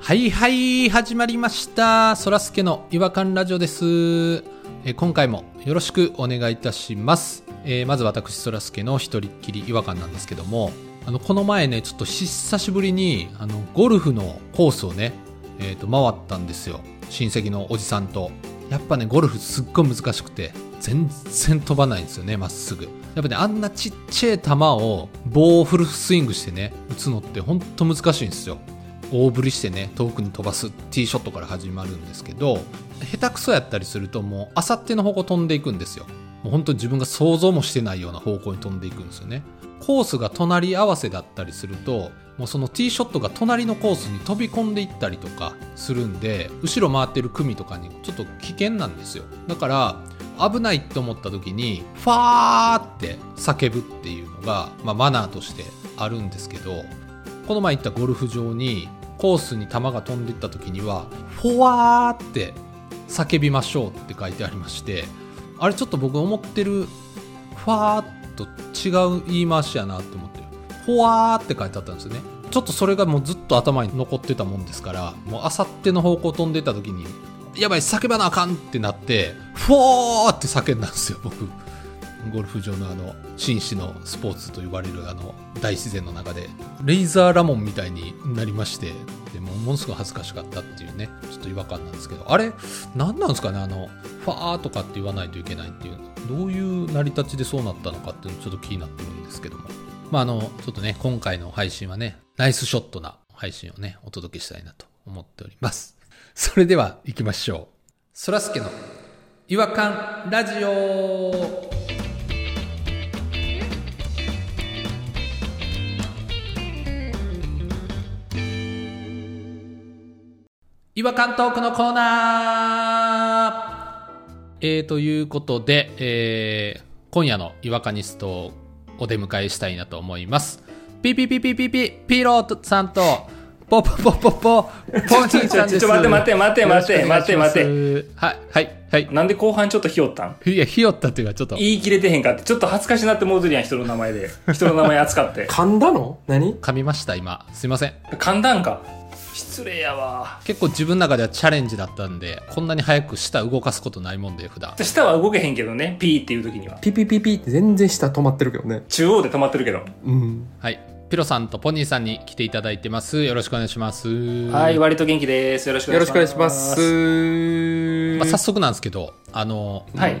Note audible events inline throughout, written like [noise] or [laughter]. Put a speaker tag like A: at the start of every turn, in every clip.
A: はいはい、始まりました。そらすけの違和感ラジオです。えー今回もよろしくお願いいたします。えーまず私、そらすけの一人っきり違和感なんですけども、あの、この前ね、ちょっと久しぶりに、あの、ゴルフのコースをね、えっ、と、回ったんですよ。親戚のおじさんと。やっぱね、ゴルフすっごい難しくて、全然飛ばないんですよね、まっすぐ。やっぱね、あんなちっちゃい球を棒をフルスイングしてね、打つのってほんと難しいんですよ。大振りしてね遠くに飛ばすティーショットから始まるんですけど下手くそやったりするともうあさっての方向飛んでいくんですよもう本当に自分が想像もしてないような方向に飛んでいくんですよねコースが隣り合わせだったりするともうそのティーショットが隣のコースに飛び込んでいったりとかするんで後ろ回ってる組とかにちょっと危険なんですよだから危ないって思った時にファーって叫ぶっていうのが、まあ、マナーとしてあるんですけどこの前行ったゴルフ場にコースに球が飛んでいった時には「フォワー」って叫びましょうって書いてありましてあれちょっと僕思ってる「ファー」と違う言い回しやなって思って「フォワー」って書いてあったんですよねちょっとそれがもうずっと頭に残ってたもんですからもうあさっての方向飛んでいった時に「やばい叫ばなあかん」ってなって「フォー」って叫んだんですよ僕。ゴルフ場のあの紳士のスポーツと呼ばれるあの大自然の中でレイザーラモンみたいになりましてでもうものすごい恥ずかしかったっていうねちょっと違和感なんですけどあれ何なんですかねあのファーとかって言わないといけないっていうどういう成り立ちでそうなったのかっていうのちょっと気になってるんですけどもまああのちょっとね今回の配信はねナイスショットな配信をねお届けしたいなと思っておりますそれでは行きましょうそらすけの違和感ラジオ違和感トークのコーナーえー、ということで、えー今夜の違和感ニストをお出迎えしたいなと思います。ピピピピピピ、ピロートさんと、ポポポポポ、ポニーちゃんです。
B: ちょちょちょ待って待って待って待って
A: よろしくお願いします
B: 待って
A: はい、はい、はい。
B: なんで後半ちょっとひよったん
A: いや、ひよったっていうか、ちょっと、
B: 言い切れてへんかって、ちょっと恥ずかしなってもうずるやん、人の名 [laughs] 前で。人の名前扱って。
C: 噛んだの何
A: 噛みました、今。すいません。
B: 噛んだんか。失礼やわ。
A: 結構自分の中ではチャレンジだったんで、こんなに早く舌動かすことないもんで、普
B: [laughs]
A: 段。
B: 下は動けへんけどね、ピーっていう時には。
C: ピピピピって全然下止まってるけどね。
B: 中央で止まってるけど。
C: うん。
A: はい。ピロさんとポニーさんに来ていただいてます。よろしくお願いします。
B: はい、割と元気です。よろしくお
C: よ
B: 願
C: ろ
B: いし
C: しくお
B: ます。
C: 願いします。
A: まあ、早速なんですけど、あの、
B: はい。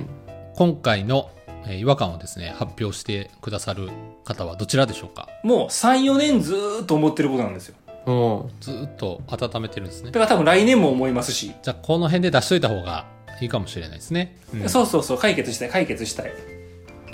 A: 今回のえー違和感をですね、発表してくださる方はどちらでしょうか
B: もう3、4年ずーっと思ってることなんですよ。
C: うん。
A: ずーっと温めてるんですね
B: だ。から多分来年も思いますし。
A: じゃあ、この辺で出しといた方がいいかもしれないですね。うん
B: そうそうそう、解決したい、解決したい。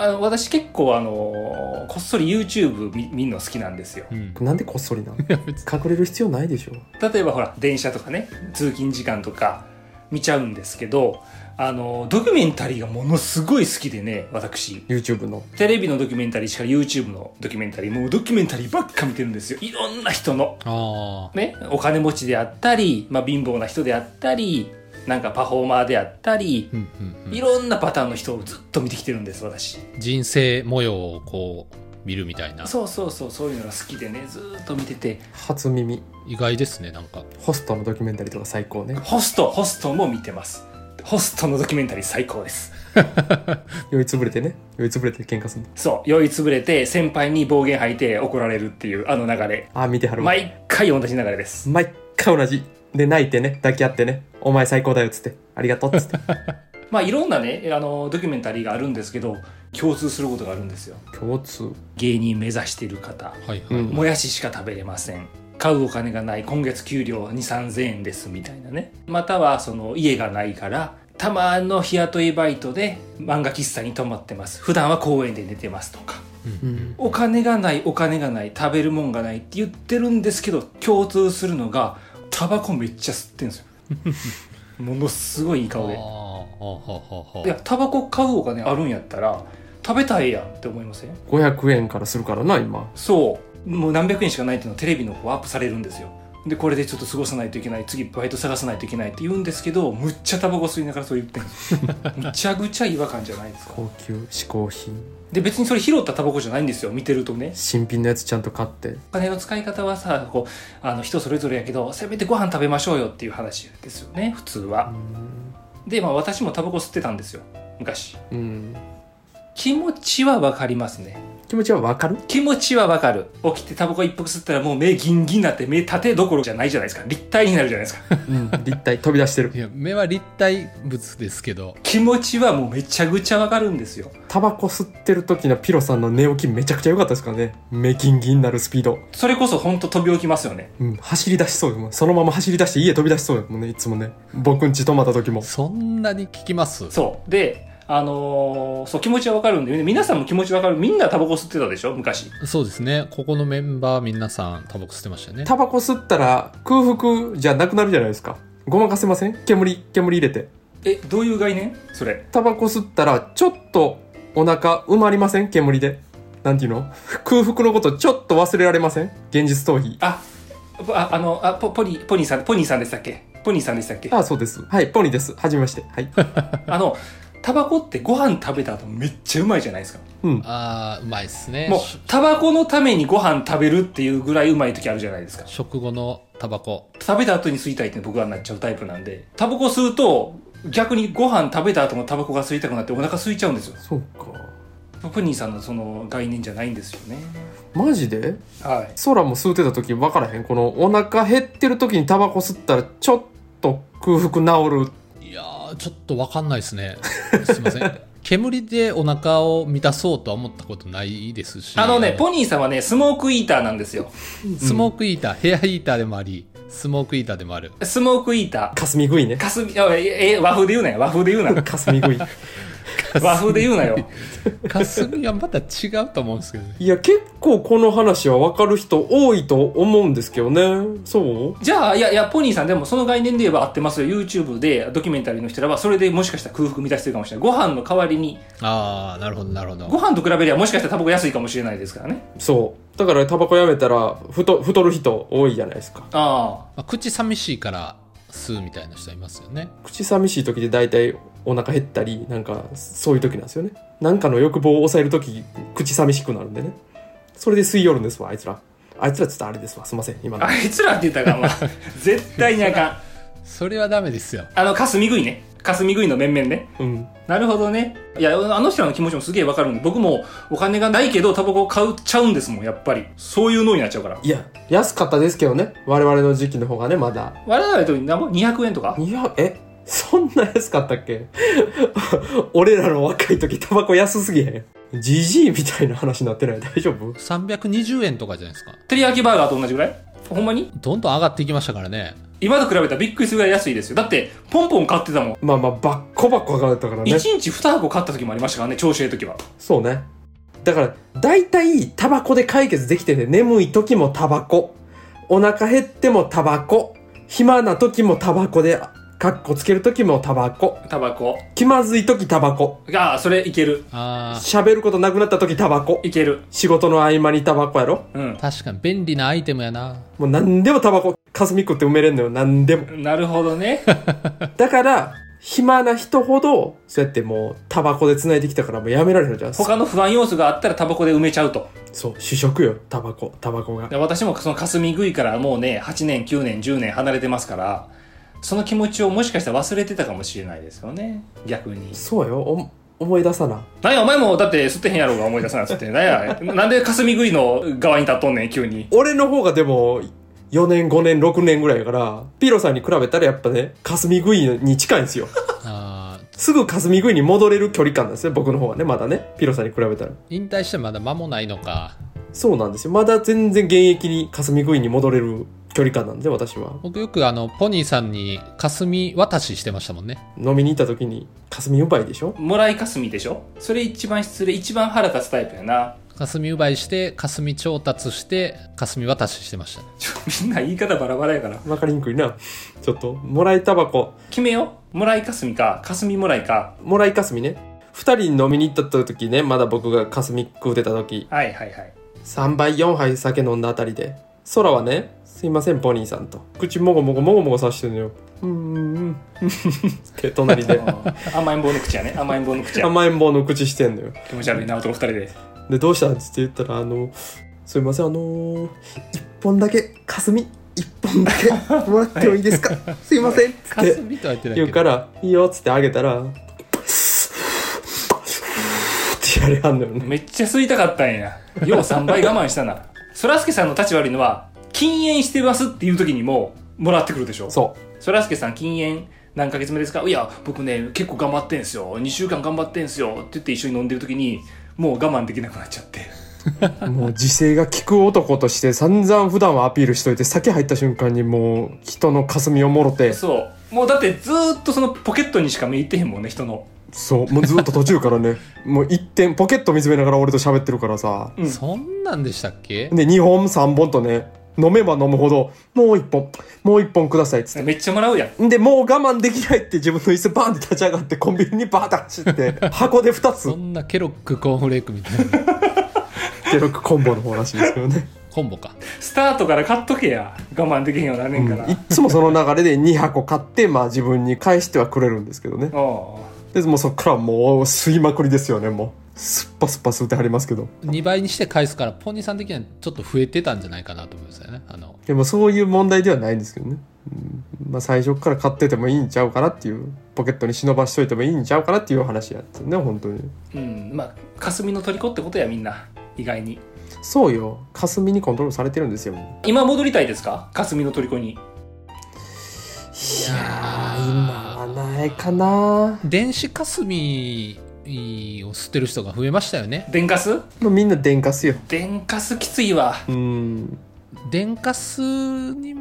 B: あの私結構あのーこっそり YouTube 見見るの好きなんですよ。
A: うん。
C: なんでこっそりなの
A: いや、別に。
C: 隠れる必要ないでしょ。
B: 例えばほら電車とかね通勤時間とか見ちゃうんですけどあのドキュメンタリーがものすごい好きでね私
C: YouTube の。
B: テレビのドキュメンタリーしか YouTube のドキュメンタリーもうドキュメンタリーばっか見てるんですよいろんな人の
A: あ
B: ねお金持ちであったり、まあ、貧乏な人であったりなんかパフォーマーであったり
A: ーうんうん
B: いろんなパターンの人をずっと見てきてるんです私
A: うん。人生模様をこう、見るみたいな。
B: そうそうそうそういうのが好きでねずっと見てて
C: 初耳。
A: 意外ですね、なんか。
C: ホストのドキュメンタリーとか最高ね。
B: ホストホストも見てますホストのドキュメンタリー最高です
C: 酔いつぶれてね。酔いつぶれて喧嘩するの。
B: そう、酔いつぶれて、先輩に暴言吐いて怒られるっていう、あの流れ。
C: あー、見てはるわ。
B: 毎回同じ流れです。
C: 毎回同じ。で、泣いてね。抱き合ってね。お前最高だよっつって。ありがとうっ
A: [laughs]
C: つって。
B: まあ、いろんなね、あの、ドキュメンタリーがあるんですけど、共通することがあるんですよ。
C: 共通。
B: 芸人目指してる方、
A: はいはい。
C: うん。
B: もやししか食べれません。買うお金がない、今月給料2、3000円です、みたいなね。または、その、家がないから、たまの日雇いバイトで漫画喫茶に泊まってます。普段は公園で寝てますとか。
C: うん。
B: お金がないお金がない食べるもんがないって言ってるんですけど共通するのがタバコめっちゃ吸っ
A: [laughs]
B: てんですよものすごいいい
A: あー
B: 顔で
A: あー、あーあー、あーあー。
B: いやタバコ買うお金あるんやったら食べたいやんって思いません
C: 500円からするからな、今。
B: そうもう何百円しかないっていうのテレビの方アップされるんですよでこれでちょっと過ごさないといけない次バイト探さないといけないって言うんですけどむっちゃタバコ吸いながらそう言ってるんです
A: [laughs]
B: よむちゃくちゃ違和感じゃないですか
C: 高級嗜好品
B: で別にそれ拾ったタバコじゃないんですよ見てるとね
C: 新品のやつちゃんと買って
B: お金の使い方はさこうあの人それぞれやけどせめてご飯食べましょうよっていう話ですよね普通はでまあ私もタバコ吸ってたんですよ昔
C: うんうん
B: 気持ちはわかりますね
C: 気持ちはわかる
B: 気持ちはわかる起きてタバコ一服吸ったらもう目ギンギンになって目縦どころじゃないじゃないですか立体になるじゃないですか
C: うん立体飛び出してる
A: いや目は立体物ですけど
B: 気持ちはもうめちゃくちゃわかるんですよ
C: タバコ吸ってる時のピロさんの寝起きめちゃくちゃ良かったですからね目キンギンになるスピード、
B: それこそ本当飛び起きますよね
C: うん、走り出しそうよもうそのまま走り出して家飛び出しそうよもうねいつもね僕ん家泊まった時も
A: そんなに聞きます
B: そうであのーそう気持ちはわかるんで皆さんも気持ちわかるみんなタバコ吸ってたでしょ昔
A: そうですねここのメンバー皆さんタバコ吸ってましたね
C: タバコ吸ったら空腹じゃなくなるじゃないですかごまかせません煙煙入れて
B: えどういう概念それ
C: タバコ吸ったらちょっとお腹埋まりません煙でなんていうの空腹のことちょっと忘れられません現実逃避
B: あぽああのあポポニーポニーさんポニーさんでしたっけポニーさんでした
C: [laughs]
B: っけ
C: あそうですはいポニーですはじめましてはい
B: あのタバコってご飯食べた後めっちゃうまいじゃないですか
C: うん
A: ああうまいっすね
B: もう
A: し
B: タバコのためにご飯食べるっていうぐらいうまい時あるじゃないですか
A: 食後のタバコ
B: 食べた後に吸いたいって僕はなっちゃうタイプなんでタバコ吸うと逆にご飯食べた後もタバコが吸いたくなってお腹空いちゃうんですよ
C: [laughs] そうか
B: ポニーさんのその概念じゃないんですよね
C: マジで
B: はい
C: 空も吸うてた時分からへんこのお腹減ってる時にタバコ吸ったらちょっと空腹治る
A: いやーちょっとわかんないですねすいませ
B: [laughs]
A: ん煙でお腹を満たそうとは思ったことないですし
B: あのねポニーさんはねスモークイーターなんですよ
A: スモークイーター、ヘアイーターでもありスモークイーターでもある
B: スモークイータ
C: かすみ食いね
B: [laughs] ーかすみあええ和風で言うなよ和風で言うな
C: [laughs]
B: よ
C: かすみ食い
B: 和風で言うなよ
A: 霞はまた違うと思うんですけどね
C: いや結構この話は分かる人多いと思うんですけどねそう
B: じゃあいやいやポニーさんでもその概念で言えば合ってますよ YouTube でドキュメンタリーの人らはそれでもしかしたら空腹満たしてるかもしれないご飯の代わりに
A: ああなるほどなるほど
B: ご飯と比べればもしかしたらタバコ安いかもしれないですからね
C: そうだからタバコやめたら太太る人多いじゃないですか
B: あ
A: まあ口寂しいから吸うみたいな人いますよね
C: 口寂しい時で大体お腹減ったりなんかそういう時なんですよねなんかの欲望を抑える時口寂しくなるんでねそれで吸い寄るんですわあいつらあいつらちょっとあれですわすいません
B: [laughs]
C: 今
B: あ
C: の
B: あいつらって言ったら [laughs] あかんわ絶対にあかん
A: それはダメですよ
B: あの霞食いね霞食いの面々ね
C: うん
B: なるほどねいやあの人らの気持ちもすげえわかるんで僕もお金がないけどタバコ買うちゃうんですもんやっぱりそういう脳になっちゃうから
C: いや、安かったですけどね。我々の時期の方がね、まだ。
B: 我々と200円とか
C: いや、えそんな安かったっけ [laughs] 俺らの若い時タバコ安すぎへん。ジジイみたいな話になってない大丈夫
A: 320円とかじゃないですか
B: 照り焼きバーガーと同じぐらいほんまに
A: どんどん上がっていきましたからね
B: 今と比べたらびっくりするぐらい安いですよだってポンポン買ってたもん
C: まあまあ、バッコバッコ上がったからね
B: 1。日2箱買った時もありましたからね調子ええ時は
C: そうね。だから、大体、タバコで解決できてて、眠い時もタバコ。お腹減ってもタバコ。暇な時もタバコで、カッコつける時もタバコ。
B: タバコ
C: 気まずい時タバコ。
B: ああそれいける
A: あ
C: 喋ることなくなった時タバコ。
B: いける
C: 仕事の合間にタバコやろ
B: うん
A: あ確かに便利なアイテムやな
C: もう何でもタバコ、かすみ食って埋めれんのよ、何でも。
B: [laughs] なるほどね
C: だから、暇な人ほど、そうやってもう、タバコで繋いできたからもうやめられへんのじゃん。
B: 他の不安要素があったらタバコで埋めちゃうと
C: そう、主食よ、タバコ、タバコが
B: で。私もその霞食いからもうね8年9年10年離れてますからその気持ちをもしかしたら忘れてたかもしれないですよね逆に
C: そうよ、お思い出さな。
B: 何やお前もだって吸ってへんやろうが思い出さないっつって何やなんで霞食いの側に立っとんねん急に
C: 俺の方がでも、4年、5年、6年ぐらいやから、ピロさんに比べたらやっぱね、かすみ食いに近いんですよ。
A: あー
C: すぐかすみ食いに戻れる距離感なんですね、僕の方はね、まだね。ピロさんに比べたら。
A: 引退してまだ間もないのか
C: そうなんですよ。まだ全然現役にかすみ食いに戻れる距離感なんで、私は。
A: 僕よくあのポニーさんに霞渡ししてましたもんね
C: 飲みに行った時に、かすみうまいでしょ
B: もらい霞でしょそれ一番失礼一番腹立つタイプやな
A: 霞奪いして霞調達して霞渡ししてました
B: ちょみんな言い方バラバラやから
C: わかりにくいな。ちょっと、もらいタバコ、
B: 決めようもらい霞か霞もらいか
C: もらいかすみね。二人飲みに行った時ね、まだ僕がかすみ食うてた時、
B: はいはいはい
C: 3杯4杯酒飲んだあたりで、空はね、すいませんポニーさんと口もごもごもごもごさしてるのようんうんうん [laughs] って隣で
B: 甘えん坊の口やね甘えん坊の口や
C: 甘えん坊の口してんのよ
B: 気持ち悪いな男二人で
C: でどうしたんつって言ったらあのすいませんあのー一本だけ霞一本だけもらってもいいですかすいませんっつ
A: か
C: っ
A: す
C: て
A: みとは言ってないけ
C: 言
A: ど
C: うからいいよっつってあげたらってやりはんのよね
B: めっちゃ吸いたかったんやよう3倍我慢したなそらすけさんの立ち悪いのは禁煙してますっていう時にももらってくるでしょ
C: そ
B: そらすけさん禁煙何ヶ月目ですかいや僕ね結構頑張ってんすよ2週間頑張ってんすよって言って一緒に飲んでる時にもう我慢できなくなっちゃって
C: うもう自制が利く男として散々普段はアピールしといて酒入った瞬間にもう人の霞をもろて
B: そうもうだってずーっとそのポケットにしか目いってへんもんね人の
C: そうもうずっと途中からね [laughs] もう一点ポケット見つめながら俺と喋ってるからさ
B: うん
A: そんなんでしたっけ
C: で2本3本とね飲めば飲むほどもう1本もう1本くださいっつって
B: めっちゃもらうやん
C: でもう我慢できないって自分の椅子バーンって立ち上がってコンビニにバーンって走って箱で2つ [laughs]
A: そんなケロックコーンフレークみたいな
C: ケロックコンボの方らしいですけどね
A: コンボか
B: スタートから買っとけや我慢できへんようになんねんから、
C: いっつもその流れで2箱買ってまあ自分に返してはくれるんですけどね
B: おう
C: でもうそっからもう吸いまくりですよねもうすっぱすっぱ吸ってはりますけど
A: 2倍にして返すからポニーさん的にはちょっと増えてたんじゃないかなと思うんですよねあの
C: でもそういう問題ではないんですけどね、うんまあ、最初から買っててもいいんちゃうかなっていうポケットに忍ばしといてもいいんちゃうかなっていう話やってね本当に
B: うんまあ霞の虜ってことやみんな意外に
C: そうよ霞にコントロールされてるんですよい
B: 今戻りたいですか霞の虜に
C: やー今はないかな
A: 電子カスミを吸ってる人が増えましたよね
B: 電ガス
C: もうみんな電化すよ
B: 電ガスきついわ
C: うん
A: 電化数に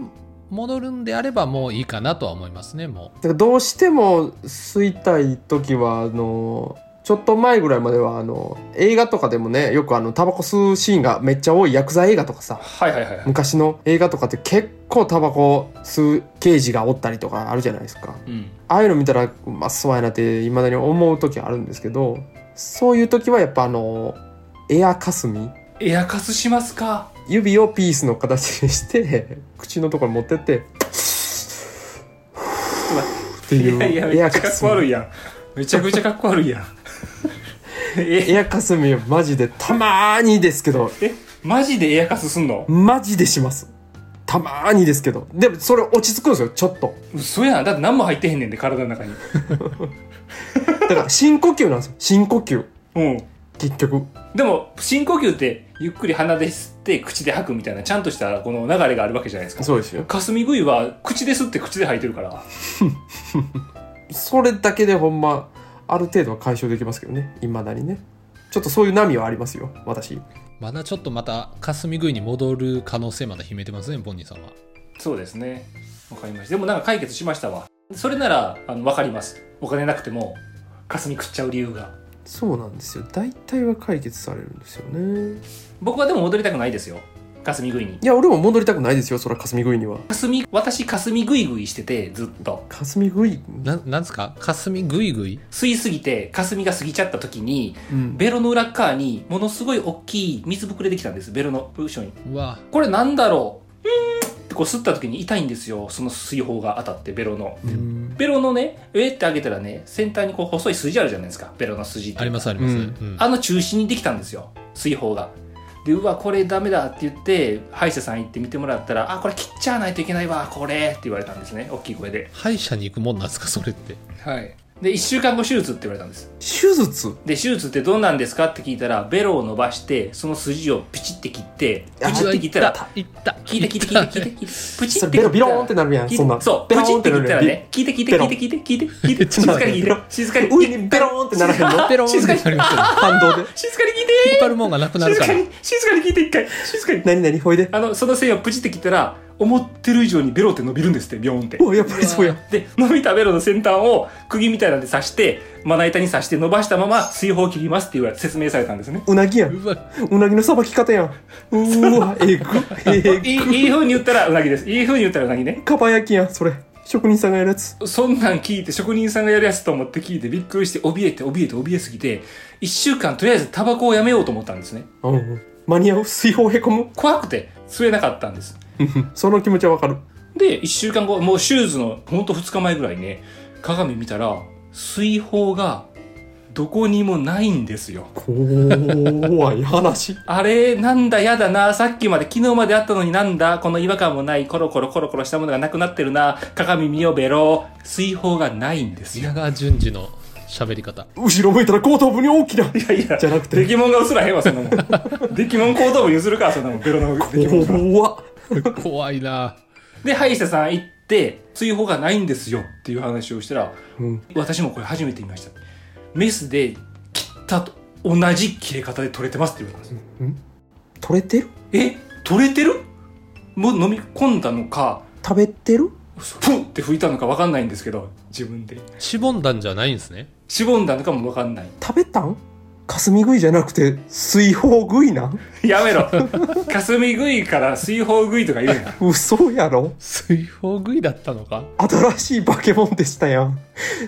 A: 戻るんであればもういいかなとは思いますねも
C: だからどうしても吸いたい時はあのちょっと前ぐらいまではあの映画とかでもねよくあのタバコ吸うシーンがめっちゃ多い薬剤映画とかさ
B: はいはいはいはい
C: 昔の映画とかって結構タバコ吸う刑事がおったりとかあるじゃないですか
B: うん
C: ああいうの見たらうまそうやなっていまだに思う時あるんですけどそういう時はやっぱあのエアかすみ
B: エアカスしますか
C: 指をピースの形にして口のところに持っ
B: [laughs]
C: てってっていう
B: いやいや
C: エ
B: め
C: ア
B: っちゃ
C: か
B: かっ
C: す
B: こ悪
C: み
B: いやんめちゃくちゃかっこ悪
C: [laughs]
B: いやんえ
C: エアかすみはマジでたまーにですけど
B: えマジでエアカスすんの
C: マジでしますたまーにですけどでもそれ落ち着くんですよちょっと
B: 嘘やんだって何も入ってへんねんで体の中に
C: だから深呼吸なんですよ深呼吸
B: うん
C: 結局
B: でも深呼吸ってゆっくり鼻で吸って口で吐くみたいなちゃんとしたこの流れがあるわけじゃないですか
C: そうですよ
B: 霞食いは口で吸って口で吐いてるから
C: それだけでほんまある程度は解消できますけどねいまだにねちょっとそういう波はありますよ私
A: うまだちょっとまたかすみ食いに戻る可能性まだ秘めてますねポニーさんは
B: そうですねわかりましたでもなんか解決しましたわそれならあのわかりますお金なくても霞食っちゃう理由が
C: そうなんですよ大体は解決されるんですよね
B: 僕はでも戻りたくないですよ霞食いに
C: いや俺も戻りたくないですよそら霞食いには
B: 霞私霞食い食いしててずっと
C: 霞食い、
A: ななんですかかすみ食い食い
B: 吸いすぎて霞が過ぎちゃった時に
C: うん、
B: ベロの裏っ側にものすごい大きい水ぶくれできたんですベロの後ろに
A: うわ
B: これなんだろうってこう吸った時に痛いんですよその水泡が当たってベロの
C: うん
B: ベロのね上って上げたらね先端にこう細い筋あるじゃないですかベロの筋って
A: ありますあります、
C: う
A: う
C: ん
A: ん
B: あの中心にできたんですよ水泡がでうわこれダメだって言って歯医者さん行って見てもらったら「あこれ切っちゃわないといけないわこれ」って言われたんですね大きい声で
A: 歯医者に行くもんなんですかそれって
B: はいで1週間後手術って言われたんです
C: 手術
B: で手術ってどうなんですかって聞いたらベロを伸ばしてその筋をピチって切って
C: あ
B: プチって切ったら
A: 行った
B: 聞いて聞いて聞いて聞いて聞いてプチ
C: そ
B: っ
C: れ
B: て切った
C: ベロビローンってなるやん
B: 聞い
C: そんな
B: てそう
C: ベ
B: プ
C: ロ
B: チ
C: ーン
B: っ
C: って
B: て聞い
C: なる
B: た
C: や
B: ら
C: ん
B: ね聞いて聞いて聞いて聞いて聞いて聞いて
C: [laughs] ちょ
B: 静
C: っと
B: か
C: 待って
B: に聞いて静かに
C: 上にベローンってならへんの
A: ペロン
B: 静かに
A: なりますよね
C: 反動で
B: 静かに聞い
A: 引って張るもんがなくなる
B: 静
A: か
B: からに静かに聞いて一回静かに
C: 何何ほいで
B: あのその線をプチって切ったら思ってる以上にベロって伸びるんですってビョーンって
C: おやっぱりそうや
B: で伸びたベロの先端を釘みたいなんで刺してまな板に刺して伸ばしたまま水泡を切りますって言われ説明されたんですね
C: うなぎやん
A: うわ
C: うなぎのさばき方やんうわえぐえ
B: いいいい風に言ったらうなぎですいい風に言ったらうなぎね
C: ぐかば焼きやんそれ職人さんがやるやつ
B: そんなん聞いて、職人さんがやるやつと思って聞いて、びっくりして、怯えて、怯えて、怯えすぎて、一週間とりあえずタバコをやめようと思ったんですね。
C: うん間に合う水泡へこむ
B: 怖くて、吸えなかったんです。
C: その気持ちはわかる。
B: で、1週間後、もうシューズのほんと2日前ぐらいね、鏡見たら、水泡がどこにもないんですよ。
C: 怖い話。
B: あれ、なんだ、やだな、さっきまで、昨日まであったのになんだ、この違和感もない、コロコロコロコロしたものがなくなってるな、鏡見よべろ、水泡がないんですよ。
A: 宮川淳二の喋り [laughs] 方
C: 後ろ向いたら後頭部に大きな。
B: いやいや、
C: じゃなくて
B: デキモンが映らへんわ、そんなも
C: [laughs]
B: ん。デキモン後頭部譲るか、そんなもん、ベロのデキモンが。
C: 怖っ。
A: 怖いな
B: で、歯医者さん行って、水泡がないんですよ、っていう話をしたら、
C: うん。
B: 私もこれ初めて見ました。メスで切ったと同じ切れ方で取れてますって言われたんですよ。
C: 取れてる
B: え、取れてるもう飲み込んだのか、
C: 食べてる
B: ふんって吹いたのか分かんないんですけど自分で
A: しぼんだんじゃないんですね
B: しぼんだのかも分かんない
C: 食べたん霞食いじゃなくて水泡食いなん
B: やめろ霞食いから水泡食いとか言うな
C: 嘘やろ
A: 水泡食いだったのか
C: 新しい化け物でしたやん。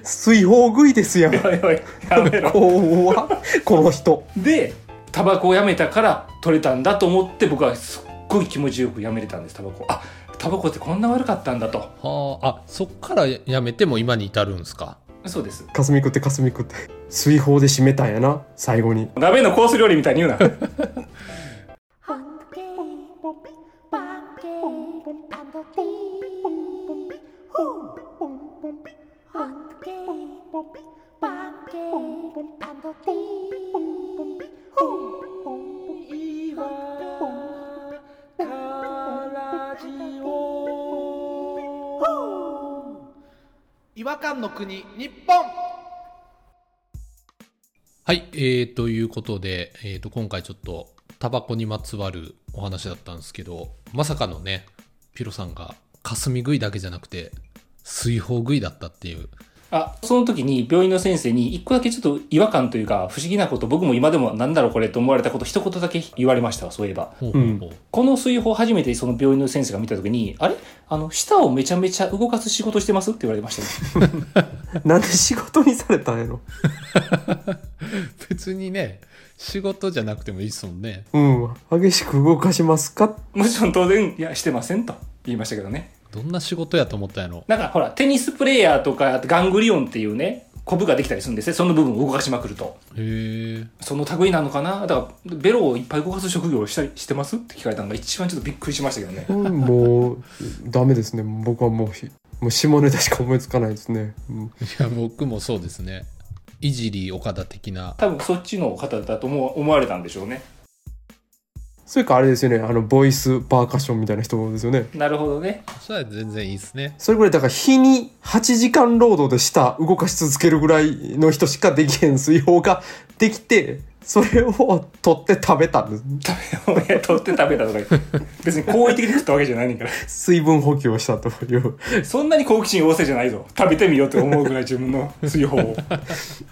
C: 水泡食いですやん。
B: おいおいやめろ
C: 怖っ。この人。
B: でタバコをやめたから取れたんだと思って僕はすっごい気持ちよくやめれたんですタバコあタバコってこんな悪かったんだと
A: はああそっからやめても今に至るんですか
B: そうです
C: 霞食って霞食って。水泡で締めたんやな、最後に。
B: 鍋のコース料理みたいに言うな
D: Hunky,
E: 違和感の国日本
A: はい、えー、ということで、えー、と今回ちょっとタバコにまつわるお話だったんですけどまさかのねピロさんが霞食いだけじゃなくて水泡食いだったっていう
B: あその時に病院の先生に一個だけちょっと違和感というか不思議なこと僕も今でもなんだろうこれと思われたこと一言だけ言われましたわそういえば
A: ほうほうほう
B: この水泡を初めてその病院の先生が見た時に、あれあの、舌をめちゃめちゃ動かす仕事してますって言われました、ね、
C: なんで仕事にされたんやろ
A: 別にね仕事じゃなくてもいいっすもんね
C: うん。激しく動かしますか
B: もちろん当然、いや、してませんと言いましたけどね。
A: どんな仕事やと思ったんやろ
B: なんかほら、テニスプレイヤーとか、あとガングリオンっていうね、コブができたりするんですね。その部分を動かしまくると。
A: へえ
B: その類なのかなだから、ベロをいっぱい動かす職業をしたりしてますって聞かれたのが一番ちょっとびっくりしましたけどね。
C: うんもう、ダメですね。僕はもうひ、もう下ネタしか思いつかないですね。うん
A: いや僕もそうですねいじり岡田的な
B: 多分そっちの方だと思う思われたんでしょうね。
C: それかあれですよね。あの、ボイスパーカッションみたいな人ですよね。
B: なるほど [laughs] ね。
A: それは全然いいですね
C: それぐらい、だから日に8時間労働でした動かし続けるぐらいの人しかできへん水泡ができて、それを取って食べたんです。
B: 食べ、取って食べたとか言って別に好意的に食ったわけじゃないねんから。 [laughs]
C: 水分補給をしたという。
B: そんなに好奇心旺盛じゃないぞ。食べてみようって思うぐらい自分の水泡を。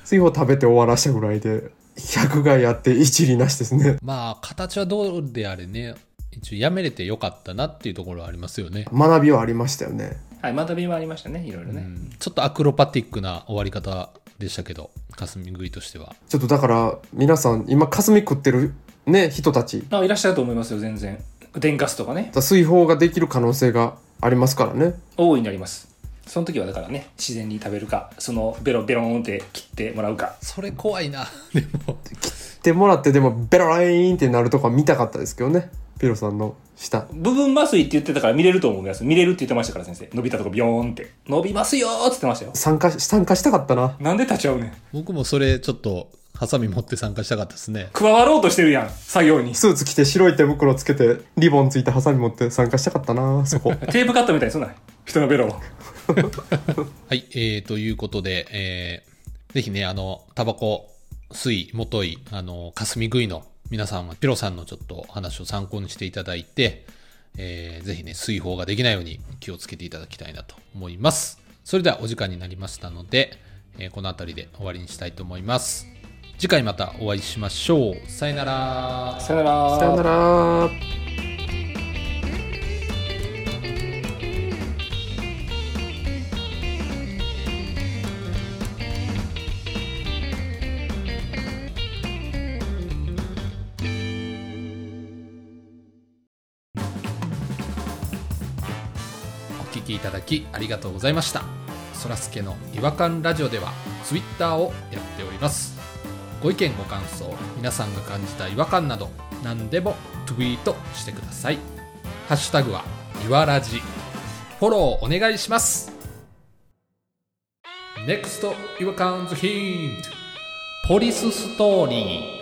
C: 水泡食べて終わらしたぐらいで、100害あって一理なしですね。
A: まあ形はどうであれね一応やめれてよかったなっていうところはありますよね、
C: 学びはありましたよね。
B: [laughs] はい、また便もありましたね、いろいろ
A: う
B: ね。
A: ん、ちょっとアクロパティックな終わり方でしたけど霞食いとしては
C: ちょっとだから、皆さん、今、霞食ってるね、人たち。
B: あいらっしゃると思いますよ、全然。電ガスとかね、
C: 水泡ができる可能性がありますからね。
B: 大いにあります。その時はだからね、自然に食べるか、そのベロベロンって切ってもらうか。
A: それ怖いな [laughs] でも
C: ってもらって、でも、ベロライーンってなるとこは見たかったですけどね。ピロさんの舌。
B: 部分麻酔って言ってたから見れると思います。見れるって言ってましたから、先生。伸びたとこビヨーンって。伸びますよーって言ってましたよ。
C: 参加し、参加したかったな。
B: なんで立ち会うねん。
A: 僕もそれちょっとハサミ持って参加したかったですね
B: 加わろうとしてるやん、作業に。
C: スーツ着て白い手袋つけて、リボンついてハサミ持って参加したかったな、そこ。
B: テープカットみたいにすんな。人のベロを。
A: はい、えー、ということで、えー、ぜひね、あの、タバコ、水、もとい、あの、霞食いの皆さんは、ピロさんのちょっとお話を参考にしていただいて、えー、ぜひね、水泡ができないように気をつけていただきたいなと思います。それではお時間になりましたので、えーこの辺りで終わりにしたいと思います。次回またお会いしましょう。さよなら。
B: さよなら。
C: [laughs] さよなら。
A: きいただきありがとうございましたそらすけの違和感ラジオではツイッターをやっておりますご意見ご感想皆さんが感じた違和感など何でもツイートしてくださいハッシュタグはいわらじフォローお願いします NEXT 違和感ズヒントポリスストーリー